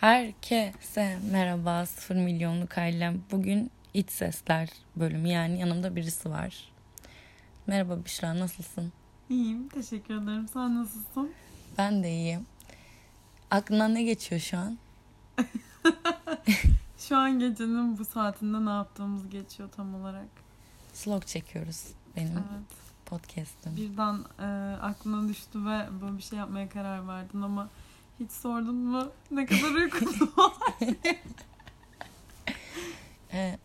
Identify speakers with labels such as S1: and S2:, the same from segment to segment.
S1: Herkese merhaba 0 milyonluk ailem. Bugün iç sesler bölümü yani yanımda birisi var. Merhaba Büşra nasılsın?
S2: İyiyim, teşekkür ederim. Sen nasılsın?
S1: Ben de iyiyim. Aklına ne geçiyor şu an?
S2: Şu an gecenin bu saatinde ne yaptığımız geçiyor tam olarak.
S1: Slog çekiyoruz benim
S2: Evet.
S1: podcast'ım.
S2: Birden e, aklına düştü ve böyle bir şey yapmaya karar verdin ama hiç sordun mu ne kadar uykun var?
S1: Ee,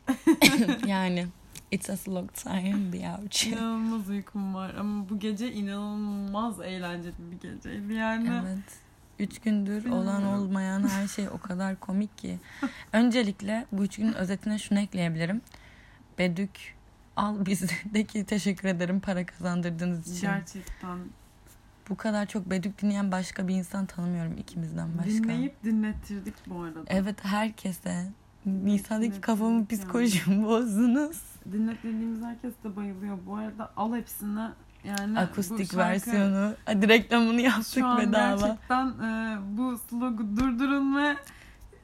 S1: yani it's a slog time bitch.
S2: inanılmaz uykum var ama bu gece inanılmaz eğlenceli bir geceydi yani.
S1: Evet. Üç gündür olan
S2: Bilmiyorum.
S1: olmayan her şey o kadar komik ki. Öncelikle bu üç günün özetine şunu ekleyebilirim. Bedük al bizdeki teşekkür ederim para kazandırdığınız için.
S2: Gerçekten.
S1: Bu kadar çok Bedük dinleyen başka bir insan tanımıyorum ikimizden başka.
S2: Dinleyip dinlettirdik bu arada.
S1: Evet herkese. Nisan'daki
S2: Dinlettirdik
S1: kafamı
S2: yani.
S1: psikolojimi bozdunuz.
S2: Dinletlediğimiz herkes de bayılıyor. Bu arada al hepsini yani bu
S1: Akustik
S2: şarkı-
S1: versiyonu. Hadi reklamını yaptık
S2: Şu an
S1: bedava.
S2: gerçekten e, bu slogu durdurun ve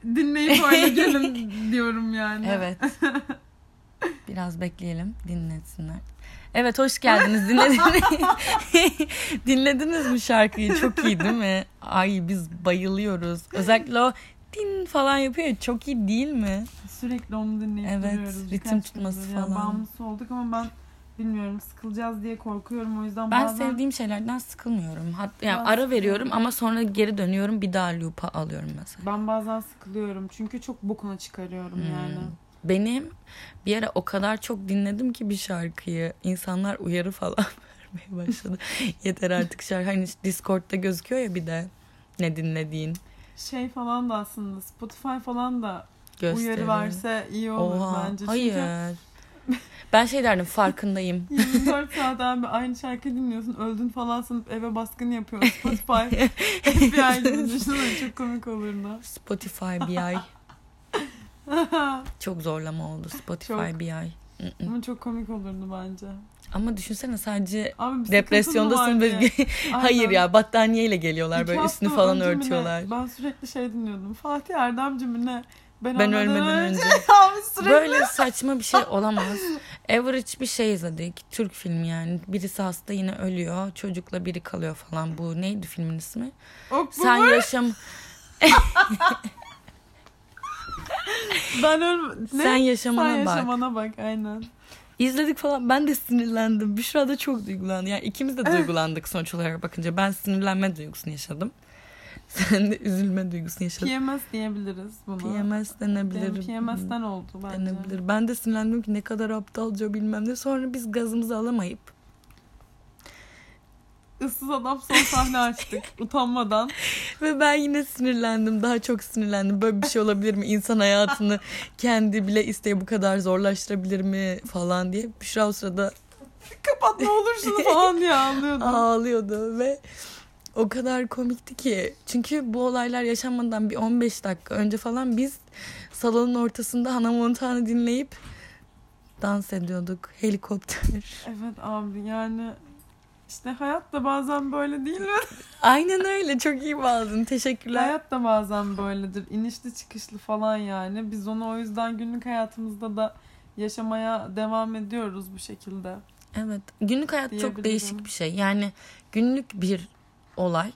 S2: dinleyip öyle gelin diyorum yani.
S1: Evet. Biraz bekleyelim dinletsinler. Evet hoş geldiniz. Dinlediniz, Dinlediniz mi şarkıyı? Çok iyi değil mi? Ay biz bayılıyoruz. Özellikle o din falan yapıyor. ya, Çok iyi değil mi?
S2: Sürekli onu dinleyip
S1: Evet,
S2: duruyoruz.
S1: ritim
S2: Birkaç
S1: tutması
S2: gündür. Yani
S1: falan.
S2: bağımlısı olduk ama ben bilmiyorum sıkılacağız diye korkuyorum o yüzden
S1: Ben
S2: bazen
S1: sevdiğim şeylerden sıkılmıyorum. Hatta yani
S2: Biraz
S1: ara veriyorum
S2: sıkılıyorum.
S1: ama sonra geri dönüyorum. Bir daha loop'a alıyorum mesela.
S2: ben bazen sıkılıyorum çünkü çok bokuna çıkarıyorum
S1: Hmm.
S2: yani.
S1: Benim bir ara o kadar çok dinledim ki bir şarkıyı. İnsanlar uyarı falan vermeye başladı. Yeter artık şarkı. Hani Discord'da gözüküyor ya bir de ne dinlediğin
S2: Şey falan da aslında Spotify falan da
S1: gösteriyor.
S2: uyarı verse iyi olur
S1: Oha,
S2: bence.
S1: Hayır.
S2: Çünkü
S1: Ben şey derdim farkındayım.
S2: 24 saat abi aynı şarkı dinliyorsun. Öldün falan sanıp eve baskın yapıyor Spotify. FBI gibi düşünsene çok komik olurdu.
S1: Spotify bir ay. Çok zorlama oldu Spotify
S2: Çok.
S1: bir ay. Mm, mm.
S2: Ama çok komik olurdu bence.
S1: Ama düşünsene sadece
S2: Abi bir sıkıntın
S1: depresyondasın
S2: var
S1: ve
S2: diye.
S1: hayır
S2: Aynen.
S1: ya battaniyeyle geliyorlar
S2: İki
S1: böyle
S2: hafta
S1: üstünü falan
S2: önce mi ne,
S1: örtüyorlar.
S2: ben sürekli şey dinliyordum. Fatih Erdemci mi ne? Ben,
S1: Ben
S2: ölmeden,
S1: ölmeden
S2: önce.
S1: önce.
S2: Abi sürekli.
S1: Böyle saçma bir şey olamaz. Average bir şey izledik. Türk filmi yani. Birisi hasta yine ölüyor. Çocukla biri kalıyor falan. Bu neydi filmin ismi?
S2: Ok, bu
S1: Sen
S2: mu?
S1: yaşam
S2: Ben ölme. Ne?
S1: sen yaşamana
S2: Sen
S1: bak.
S2: yaşamana bak. aynen.
S1: İzledik falan. Ben de sinirlendim. Büşra da çok duygulandı. Yani ikimiz
S2: Eh.
S1: de duygulandık sonuç olarak bakınca. Ben sinirlenme duygusunu yaşadım. Sen de üzülme duygusunu yaşadın.
S2: PMS diyebiliriz buna.
S1: PMS
S2: Benim
S1: denebilir.
S2: PMS'den oldu bence.
S1: denebilir. Ben de sinirlendim ki ne kadar aptalca bilmem ne. Sonra biz gazımızı alamayıp
S2: Issız adam son sahne açtık utanmadan.
S1: Ve ben yine sinirlendim. Daha çok sinirlendim. Böyle bir şey olabilir mi? İnsan hayatını kendi bile isteye bu kadar zorlaştırabilir mi? Falan diye. Büşra o sırada
S2: Kapat ne olur şunu falan diye ağlıyordum.
S1: ağlıyordu ve o kadar komikti ki. Çünkü bu olaylar yaşanmadan bir 15 dakika önce falan biz salonun ortasında Hannah Montana dinleyip dans ediyorduk. Helikopter.
S2: Evet abi yani işte hayat da bazen böyle değil mi?
S1: Aynen öyle. Çok iyi bağladın. Teşekkürler.
S2: Hayat da bazen böyledir. İnişli çıkışlı falan yani. Biz onu o yüzden günlük hayatımızda da yaşamaya devam ediyoruz bu şekilde.
S1: Evet. Günlük hayat çok
S2: Diyebilirim.
S1: değişik bir şey. Yani günlük bir olay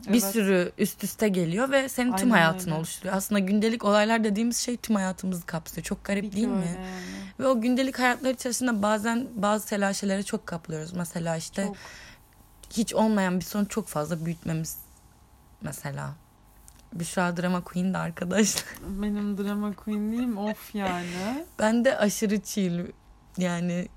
S1: bir
S2: Evet.
S1: sürü üst üste geliyor ve senin tüm
S2: Aynen
S1: hayatını
S2: öyle.
S1: oluşturuyor. Aslında gündelik olaylar dediğimiz şey tüm hayatımızı kapsıyor. Çok garip
S2: Bir
S1: değil mi?
S2: öyle yani.
S1: Ve o gündelik hayatlar içerisinde bazen bazı telaşelere çok kaplıyoruz. Mesela işte
S2: Çok.
S1: hiç olmayan bir sorunu çok fazla büyütmemiz mesela. Büşra Drama Queen de arkadaşlar.
S2: Benim drama queenliğim of yani.
S1: Ben de aşırı chill yani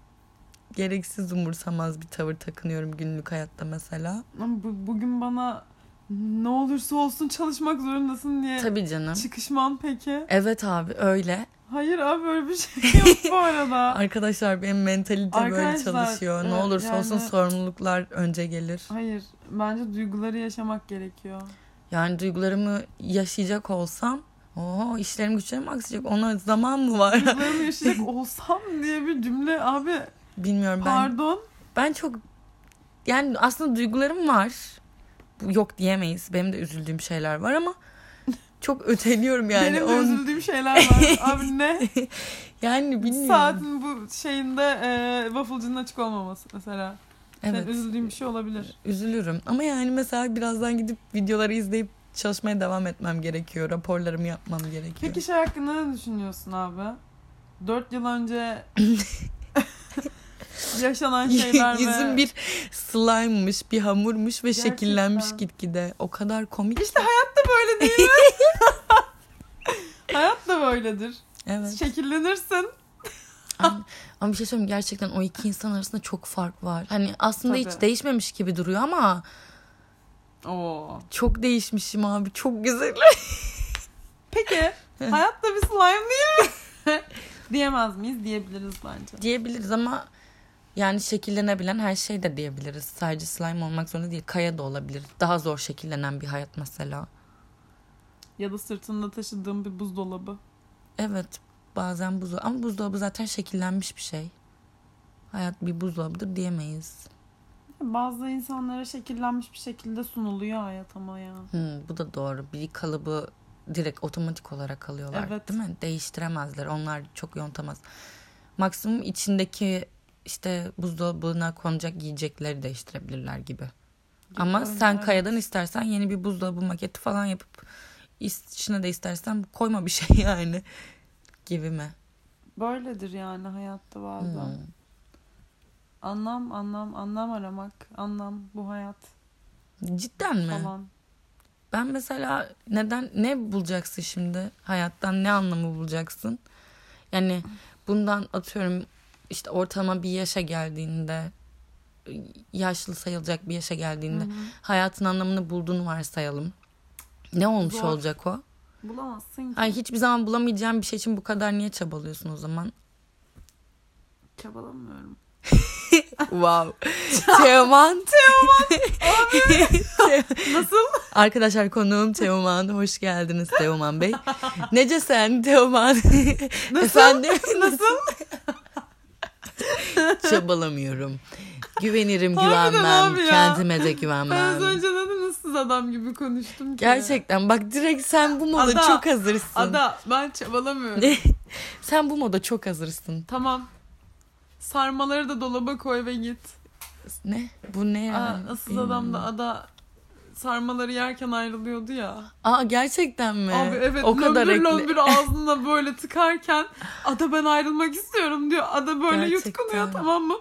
S1: gereksiz umursamaz bir tavır takınıyorum günlük hayatta mesela.
S2: Ama bu- bugün bana ne olursa olsun çalışmak zorundasın diye
S1: Tabii canım.
S2: çıkışman peki.
S1: Evet abi öyle.
S2: Hayır abi böyle bir şey yok bu arada.
S1: Arkadaşlar benim mentalite böyle
S2: Arkadaşlar,
S1: çalışıyor. Ne
S2: e,
S1: olursa olsun
S2: yani-
S1: sorumluluklar önce gelir.
S2: Hayır bence duyguları yaşamak gerekiyor.
S1: Yani duygularımı yaşayacak olsam o işlerim güçlerim aksayacak. Ona zaman mı var?
S2: Duygularımı yaşayacak olsam diye bir cümle abi
S1: Bilmiyorum ben.
S2: pardon.
S1: Ben çok yani aslında duygularım var. Bu Yok diyemeyiz. Benim de üzüldüğüm şeyler var ama çok öteliyorum
S2: Benim
S1: yani.
S2: de
S1: On-
S2: üzüldüğüm şeyler var. Abi ne?
S1: yani bilmiyorum.
S2: Saatin bu şeyinde e, wafflecının açık olmaması mesela.
S1: Evet.
S2: Sen üzüldüğün bir şey olabilir.
S1: Üzülürüm. Ama yani mesela birazdan gidip videoları izleyip çalışmaya devam etmem gerekiyor. Raporlarımı yapmam gerekiyor.
S2: Peki şey hakkında ne düşünüyorsun abi? 4 yıl önce yaşanan şeyler
S1: Yüzüm
S2: ve...
S1: bir slime'mış, bir hamurmuş ve
S2: Gerçekten.
S1: şekillenmiş gitgide. O kadar komik.
S2: İşte hayat da böyle değil mi? hayat da böyledir.
S1: Evet.
S2: Şekillenirsin.
S1: Ama- Ama bir şey söyleyeyim mi? gerçekten o iki insan arasında çok fark var. Hani aslında hiç
S2: Tabii.
S1: değişmemiş gibi duruyor ama
S2: Oo.
S1: çok değişmişim abi. Çok güzel.
S2: Peki hayat da bir slime değil mi? Diyemez miyiz? Diyebiliriz bence.
S1: diyebiliriz ama yani şekillenebilen her şey de diyebiliriz. Sadece slime olmak zorunda değil. Kaya da olabilir. Daha zor şekillenen bir hayat mesela.
S2: Ya da sırtında taşıdığım bir buzdolabı.
S1: Evet bazen buzdolabı ama buzdolabı zaten şekillenmiş bir şey. Hayat bir buzdolabıdır diyemeyiz.
S2: Bazı insanlara şekillenmiş bir şekilde sunuluyor hayat ama ya.
S1: Hmm, bu da doğru. Bir kalıbı direkt otomatik olarak alıyorlar.
S2: Evet.
S1: Değil mi? Değiştiremezler. Onlar çok yontamaz. Maksimum içindeki işte buzdolabına konacak yiyecekleri değiştirebilirler gibi. Ama
S2: öyle,
S1: sen
S2: evet.
S1: kayadan istersen yeni bir buzdolabı maketi falan yapıp is- içine de istersen koyma bir şey yani. Gibi mi?
S2: Böyledir yani hayatta bazen.
S1: Hmm.
S2: Anlam anlam anlam aramak. Anlam bu hayat
S1: Cidden mi?
S2: falan.
S1: Ben mesela neden ne bulacaksın şimdi hayattan ne anlamı bulacaksın? Yani bundan atıyorum işte ortalama bir yaşa geldiğinde yaşlı sayılacak bir yaşa geldiğinde
S2: Hı hı.
S1: hayatın anlamını bulduğunu varsayalım. Ne olmuş
S2: Zor.
S1: olacak o?
S2: Bulamazsın ki.
S1: Ay hiçbir zaman bulamayacağın bir şey için bu kadar niye çabalıyorsun o zaman?
S2: Çabalamıyorum.
S1: Wow. Teoman.
S2: Nasıl?
S1: Arkadaşlar konuğum Teoman. Hoş geldiniz Teoman Bey. Nece sen Teoman? E Efendim? Nasıl? Çabalamıyorum. Güvenirim
S2: Harbiden
S1: güvenmem.
S2: abi ya.
S1: Kendime de
S2: Ben
S1: güvenmem.
S2: az önce neden ıssız adam gibi konuştum ki?
S1: Gerçekten bak direkt sen bu moda
S2: Ada,
S1: çok hazırsın.
S2: Ada ben çabalamıyorum.
S1: Sen bu moda çok hazırsın.
S2: tamam. Sarmaları da dolaba koy ve git.
S1: Ne? Bu ne
S2: Aa,
S1: yani?
S2: ıssız
S1: Bilmiyorum.
S2: adam da ada sarmaları yerken ayrılıyordu ya.
S1: Aa gerçekten mi?
S2: Abi evet
S1: o kadar
S2: lömbür
S1: ekle-
S2: lömbür ağzına böyle tıkarken ada ben ayrılmak istiyorum diyor. Ada böyle
S1: Gerçekten.
S2: yutkunuyor tamam mı?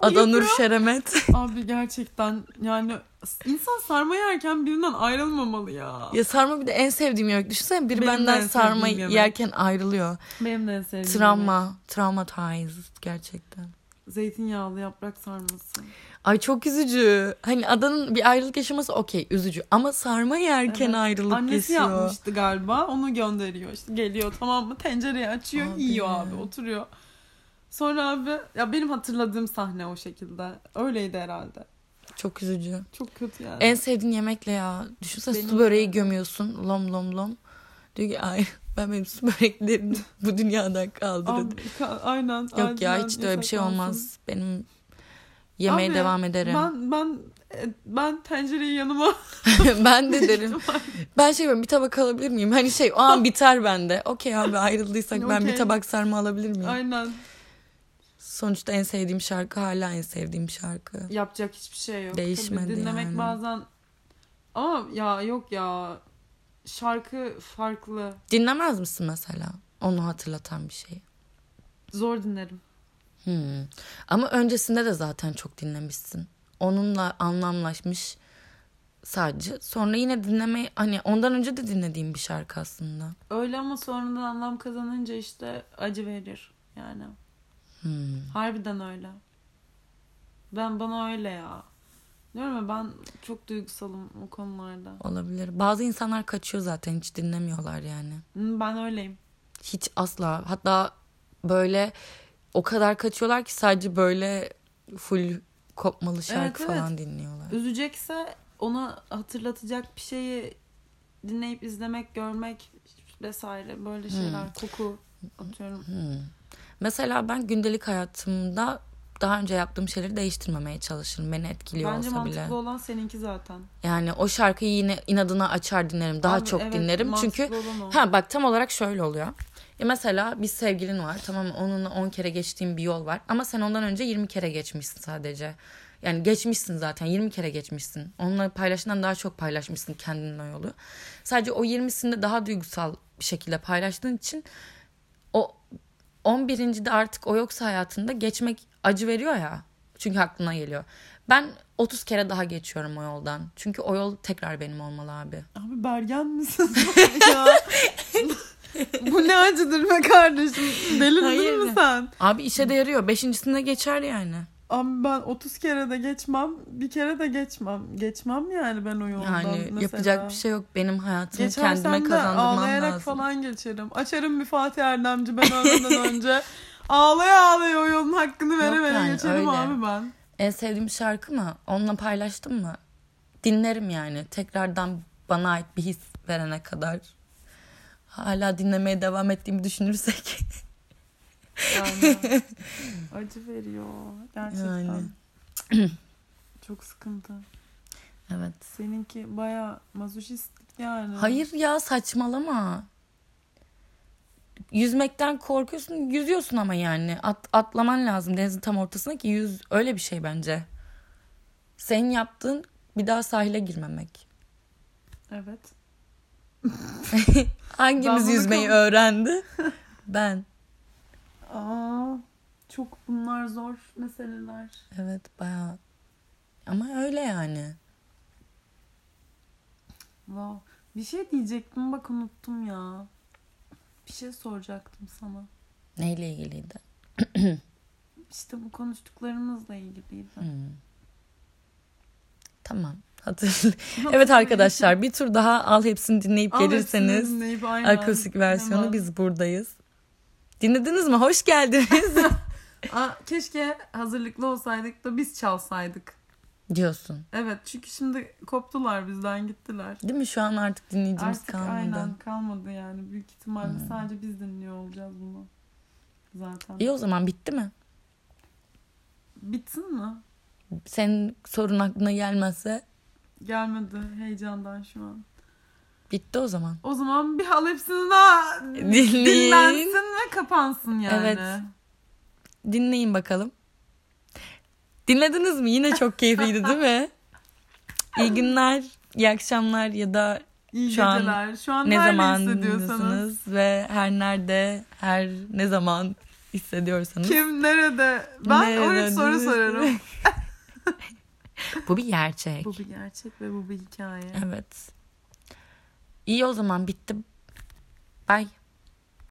S1: Ada Nur
S2: Yutmuyor.
S1: Şeremet.
S2: Abi gerçekten yani insan sarma yerken birinden ayrılmamalı ya.
S1: ya sarma bir de en sevdiğim yemek. Düşünsene biri
S2: Benim de en
S1: benden
S2: sevdiğim
S1: sarma
S2: yemek.
S1: yerken ayrılıyor.
S2: Benim de en sevdiğim.
S1: Travma. Traumatized gerçekten.
S2: Zeytinyağlı yaprak sarması.
S1: Ay çok üzücü. Hani adanın bir ayrılık yaşaması okey üzücü. Ama sarma yerken
S2: Evet.
S1: ayrılık
S2: Annesi
S1: yaşıyor.
S2: yapmıştı galiba. Onu gönderiyor. İşte geliyor tamam mı? Tencereyi açıyor,
S1: Abi.
S2: yiyor abi, oturuyor. Sonra abi ya benim hatırladığım sahne o şekilde. Öyleydi herhalde.
S1: Çok üzücü.
S2: Çok kötü yani.
S1: En sevdiğin yemekle ya. Düşünsene su
S2: Benim-
S1: böreği gömüyorsun. Lom lom lom. Diyor ki ay ben benim su böreklerimi bu dünyadan kaldırın.
S2: Abi, ka- aynen.
S1: Yok ya hiç de öyle bir şey olmaz. Benim yemeğe
S2: Abi,
S1: devam ederim. Ben,
S2: Ben ben e, ben tencereyi yanıma
S1: de derim. Ben şey böyle bir tabak alabilir miyim? Hani şey o an biter bende. Okey abi ayrıldıysak ben bir
S2: Okey.
S1: tabak sarma alabilir miyim?
S2: aynen
S1: Sonuçta en sevdiğim şarkı hala en sevdiğim şarkı.
S2: yapacak hiçbir şey yok.
S1: Değişmedi
S2: Tabii dinlemek
S1: yani.
S2: bazen ama ya yok ya şarkı farklı.
S1: Dinlemez misin mesela? Onu hatırlatan bir şey.
S2: Zor dinlerim.
S1: Hmm. Ama öncesinde de zaten çok dinlemişsin. Onunla anlamlaşmış sadece. Sonra yine dinleme hani ondan önce de dinlediğim bir şarkı aslında.
S2: Öyle ama sonradan anlam kazanınca işte acı verir yani.
S1: Hmm.
S2: Harbiden öyle. Ben bana öyle ya. Diyorum ya ben çok duygusalım o konularda.
S1: Olabilir. Bazı insanlar kaçıyor zaten hiç dinlemiyorlar yani.
S2: Hı, Ben öyleyim.
S1: Hiç asla. Hatta böyle o kadar kaçıyorlar ki sadece böyle full kopmalı şarkı
S2: evet.
S1: falan dinliyorlar.
S2: Üzecekse ona hatırlatacak bir şeyi dinleyip izlemek, görmek vesaire böyle şeyler. Koku atıyorum.
S1: Hmm. Mesela ben gündelik hayatımda daha önce yaptığım şeyleri değiştirmemeye çalışırım. Beni etkiliyor
S2: Bence
S1: olsa
S2: mantıklı
S1: bile.
S2: olan seninki zaten.
S1: Yani o şarkıyı yine inadına açar dinlerim. Daha
S2: Abi
S1: çok
S2: evet,
S1: dinlerim.
S2: mantıklı
S1: Çünkü
S2: olan o.
S1: ha bak tam olarak şöyle oluyor. Ya mesela bir sevgilin var tamam mı? onunla 10 kere geçtiğin bir yol var ama sen ondan önce 20 kere geçmişsin sadece. Yani geçmişsin zaten 20 kere geçmişsin. Onunla paylaşından daha çok paylaşmışsın kendinle o yolu. Sadece o 20'sinde daha duygusal bir şekilde paylaştığın için o 11. de artık o yoksa hayatında geçmek acı veriyor ya. Çünkü aklına geliyor. Ben 30 kere daha geçiyorum o yoldan. Çünkü o yol tekrar benim olmalı abi.
S2: Abi Bergen misin sen ya? Bu ne acıdır be kardeşim? Delirdin
S1: Hayır.
S2: mi sen?
S1: Abi işe de yarıyor. Beşincisinde geçer yani.
S2: Abi ben 30 kere de geçmem, bir kere de geçmem. Geçmem yani ben o yoldan
S1: Yani
S2: mesela.
S1: yapacak bir şey yok. Benim hayatımı
S2: Geçersem
S1: kendime
S2: de
S1: kazandırmam
S2: ağlayarak
S1: lazım.
S2: falan geçerim. Açarım bir Fatih Erdemci ben ölmeden önce. Ağlaya ağlaya o yolun hakkını vere
S1: Yok
S2: vere
S1: yani,
S2: geçerim
S1: öyle.
S2: abi ben.
S1: En sevdiğim şarkı mı? Onunla paylaştım mı? Dinlerim yani. Tekrardan bana ait bir his verene kadar. Hala dinlemeye devam ettiğimi düşünürsek.
S2: Yani acı veriyor gerçekten.
S1: Yani.
S2: Çok sıkıntı.
S1: evet.
S2: Seninki baya mazoşistlik yani.
S1: Hayır ya saçmalama. Yüzmekten korkuyorsun, yüzüyorsun ama yani At- atlaman lazım denizin tam ortasına ki yüz öyle bir şey bence. Senin yaptığın bir daha sahile girmemek.
S2: Evet. Ben
S1: Hangimiz
S2: bunu
S1: yüzmeyi
S2: kal-
S1: öğrendi? ben.
S2: Aa, çok bunlar zor meseleler.
S1: Evet bayağı. Ama öyle yani.
S2: Wow. Bir şey diyecektim bak unuttum ya. Bir şey soracaktım sana.
S1: Neyle ilgiliydi?
S2: İşte bu konuştuklarımızla ilgiliydi.
S1: Hmm. Tamam. Hatırlı. evet arkadaşlar bir tur daha al hepsini dinleyip
S2: Al
S1: gelirseniz.
S2: hepsini dinleyip aynen.
S1: Akustik versiyonu
S2: Hemen.
S1: biz buradayız. Dinlediniz mi? Hoş geldiniz.
S2: Aa, keşke hazırlıklı olsaydık da biz çalsaydık.
S1: Diyorsun.
S2: Evet çünkü şimdi koptular bizden gittiler.
S1: Değil mi? Şu an artık dinleyicimiz
S2: Artık
S1: kalmadı. Hmm.
S2: aynen kalmadı yani. Büyük ihtimalle sadece biz dinliyor olacağız bunu. Zaten.
S1: İyi o zaman bitti mi?
S2: Bitsin mi?
S1: Senin sorun aklına gelmezse
S2: Gelmedi heyecandan şu an.
S1: bitti o zaman.
S2: O zaman bir hal hepsini daha
S1: Dinleyin.
S2: dinlensin ve kapansın yani.
S1: Evet. Dinleyin bakalım. Dinlediniz mi? Yine çok keyifliydi değil mi? İyi günler, iyi akşamlar ya da
S2: İyi
S1: Şu an
S2: geceler. şu an
S1: ne
S2: her
S1: zaman
S2: ne hissediyorsanız.
S1: dinliyorsunuz ve her nerede, her ne zaman hissediyorsanız.
S2: Kim nerede? Ben
S1: Nerede
S2: 13 soru
S1: dinliyorsunuz?
S2: sorarım.
S1: Bu bir gerçek.
S2: bu bir gerçek ve bu bir hikaye.
S1: Evet. İyi o zaman bitti. Bye.